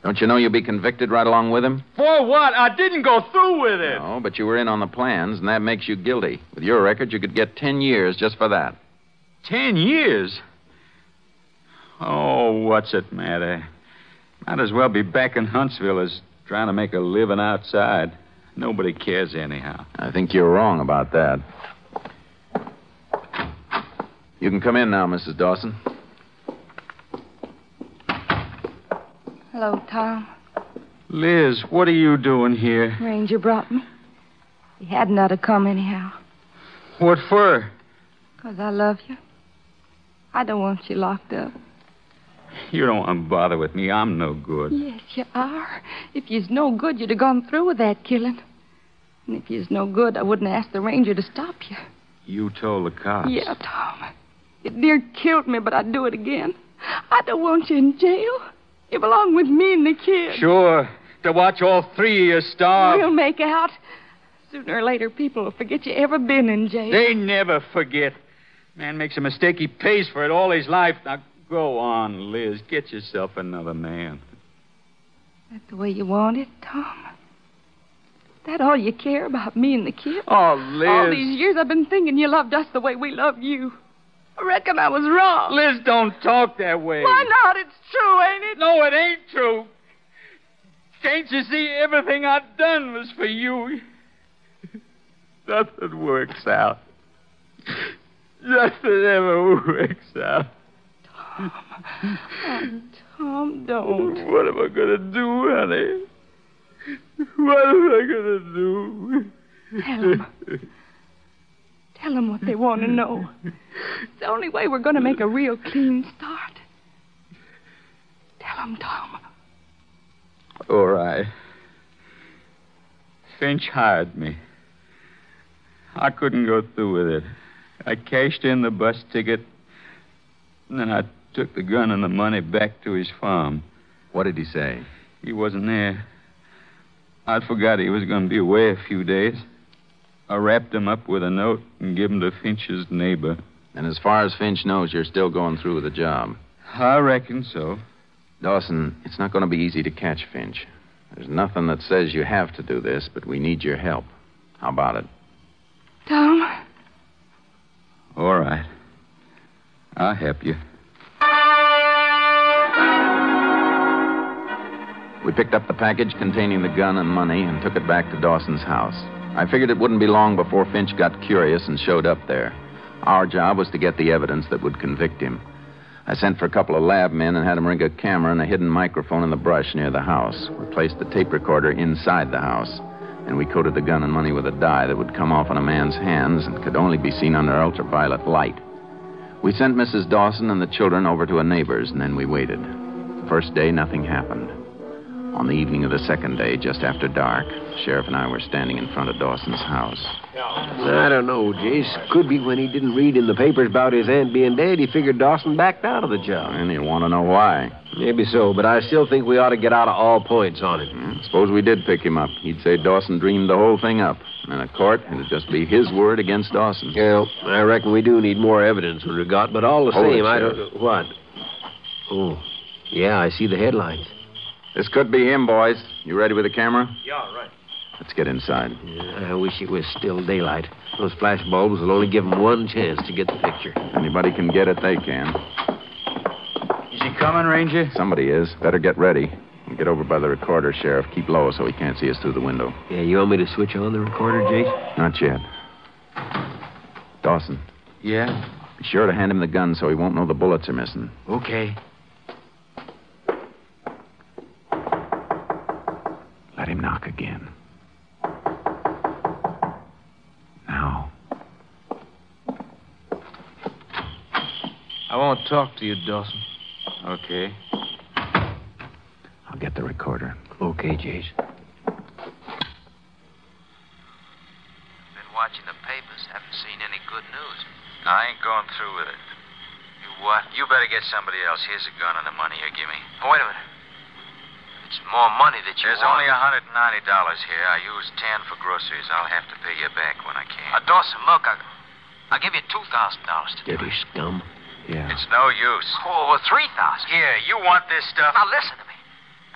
Don't you know you'll be convicted right along with him? For what? I didn't go through with it. No, but you were in on the plans, and that makes you guilty. With your record, you could get ten years just for that. Ten years? Oh, what's it matter? Might as well be back in Huntsville as trying to make a living outside. Nobody cares anyhow. I think you're wrong about that. You can come in now, Mrs. Dawson. Hello, Tom. Liz, what are you doing here? Ranger brought me. He hadn't ought to come anyhow, What for? 'cause I love you. I don't want you locked up. You don't want to bother with me. I'm no good. Yes, you are. If you's no good, you'd have gone through with that killing. And if you's no good, I wouldn't ask the ranger to stop you. You told the cops. Yeah, Tom. Your dear killed me, but I'd do it again. I don't want you in jail. You belong with me and the kid. Sure. To watch all three of you starve. We'll make out. Sooner or later, people will forget you ever been in jail. They never forget. Man makes a mistake, he pays for it all his life. Now go on, Liz. Get yourself another man. That the way you want it, Tom? That all you care about me and the kid? Oh, Liz. All these years I've been thinking you loved us the way we love you. I reckon I was wrong. Liz, don't talk that way. Why not? [SIGHS] It's true, ain't it? No, it ain't true. Can't you see everything I've done was for you? [LAUGHS] Nothing works out. Nothing ever works out. Oh, Tom, don't. What am I gonna do, honey? What am I gonna do? Tell 'em. Tell 'em what they want to know. It's the only way we're going to make a real clean start. Tell 'em, Tom. All right. Finch hired me. I couldn't go through with it. I cashed in the bus ticket, and then I took the gun and the money back to his farm. What did he say? He wasn't there. I forgot he was going to be away a few days. I wrapped him up with a note and gave him to Finch's neighbor. And as far as Finch knows, you're still going through with the job. I reckon so. Dawson, it's not going to be easy to catch Finch. There's nothing that says you have to do this, but we need your help. How about it? Tom, All right. I'll help you. We picked up the package containing the gun and money and took it back to Dawson's house. I figured it wouldn't be long before Finch got curious and showed up there. Our job was to get the evidence that would convict him. I sent for a couple of lab men and had them rig a camera and a hidden microphone in the brush near the house. We placed the tape recorder inside the house, and we coated the gun and money with a dye that would come off on a man's hands and could only be seen under ultraviolet light. We sent Mrs. Dawson and the children over to a neighbor's, and then we waited. The first day, nothing happened. On the evening of the second day, just after dark, the sheriff and I were standing in front of Dawson's house. I don't know, Jace. Could be when he didn't read in the papers about his aunt being dead, he figured Dawson backed out of the job. And you want to know why? Maybe so, but I still think we ought to get out of all points on it. Hmm, Suppose we did pick him up. He'd say Dawson dreamed the whole thing up. And in a court, it'd just be his word against Dawson. Yeah, I reckon we do need more evidence than we got, but all the Hold it, same, I Sheriff. don't know. What? Oh, yeah, I see the headlines. This could be him, boys. You ready with the camera? Yeah, right. Let's get inside. I wish it was still daylight. Those flash bulbs will only give them one chance to get the picture. Anybody can get it, they can. Is he coming, Ranger? Somebody is. Better get ready. And Get over by the recorder, Sheriff. Keep low so he can't see us through the window. Yeah, you want me to switch on the recorder, Jake? Not yet. Dawson, Yeah? be sure to hand him the gun so he won't know the bullets are missing. [LAUGHS] Okay. Let him knock again. Now. I won't talk to you, Dawson. Okay. I'll get the recorder. Okay, Jace. Been watching the papers. Haven't seen any good news. I ain't going through with it. You what? You better get somebody else. Here's a gun and the money you give me. Oh, wait a minute. It's more money that you There's want. only $190 here. I used 10 for groceries. I'll have to pay you back when I can. Uh, Dawson, look, I, I'll give you $2,000 today. Dirty scum. Yeah. It's no use. Oh, 3000 Here, you want this stuff? Now, listen to me.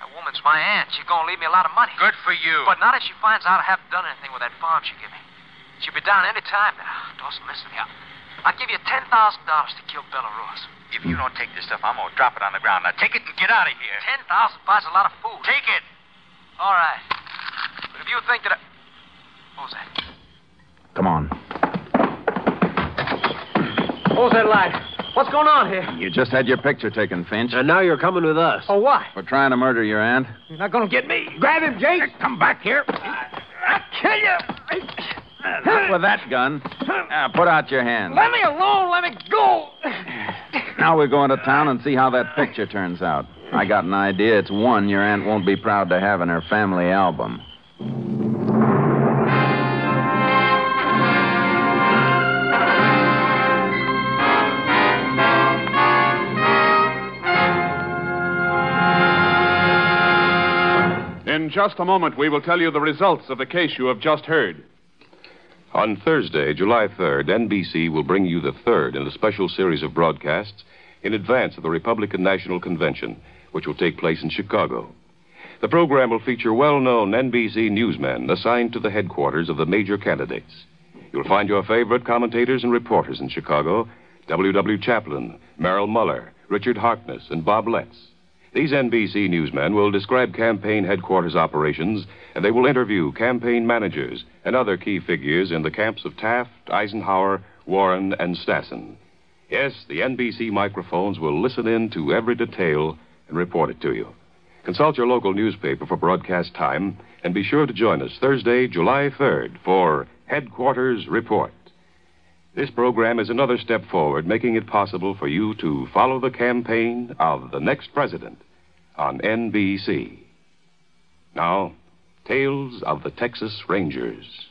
That woman's my aunt. She's going to leave me a lot of money. Good for you. But not if she finds out I haven't done anything with that farm she gave me. She'll be down any time now. Dawson, listen here. I'll give you $10,000 to kill Bella Ross. If you don't take this stuff, I'm going to drop it on the ground. Now take it and get out of here. 10000 buys a lot of food. Take it. All right. But if you think that I... What was that? Come on. Hold that light. What's going on here? You just had your picture taken, Finch. And now you're coming with us. Oh, what? We're trying to murder your aunt. You're not going to get me. Grab him, Jake. Come back here. I'll kill you. Not with that gun. Now, put out your hand. Let me alone. Let me go. Now we're going to town and see how that picture turns out. I got an idea. It's one your aunt won't be proud to have in her family album. In just a moment, we will tell you the results of the case you have just heard. On Thursday, July 3rd, NBC will bring you the third in a special series of broadcasts in advance of the Republican National Convention, which will take place in Chicago. The program will feature well known NBC newsmen assigned to the headquarters of the major candidates. You'll find your favorite commentators and reporters in Chicago W. W. Chaplin, Merrill Muller, Richard Harkness, and Bob Letts. These NBC newsmen will describe campaign headquarters operations and they will interview campaign managers and other key figures in the camps of Taft, Eisenhower, Warren, and Stassen. Yes, the NBC microphones will listen in to every detail and report it to you. Consult your local newspaper for broadcast time and be sure to join us Thursday, July 3rd for Headquarters Report. This program is another step forward, making it possible for you to follow the campaign of the next president on NBC. Now, Tales of the Texas Rangers.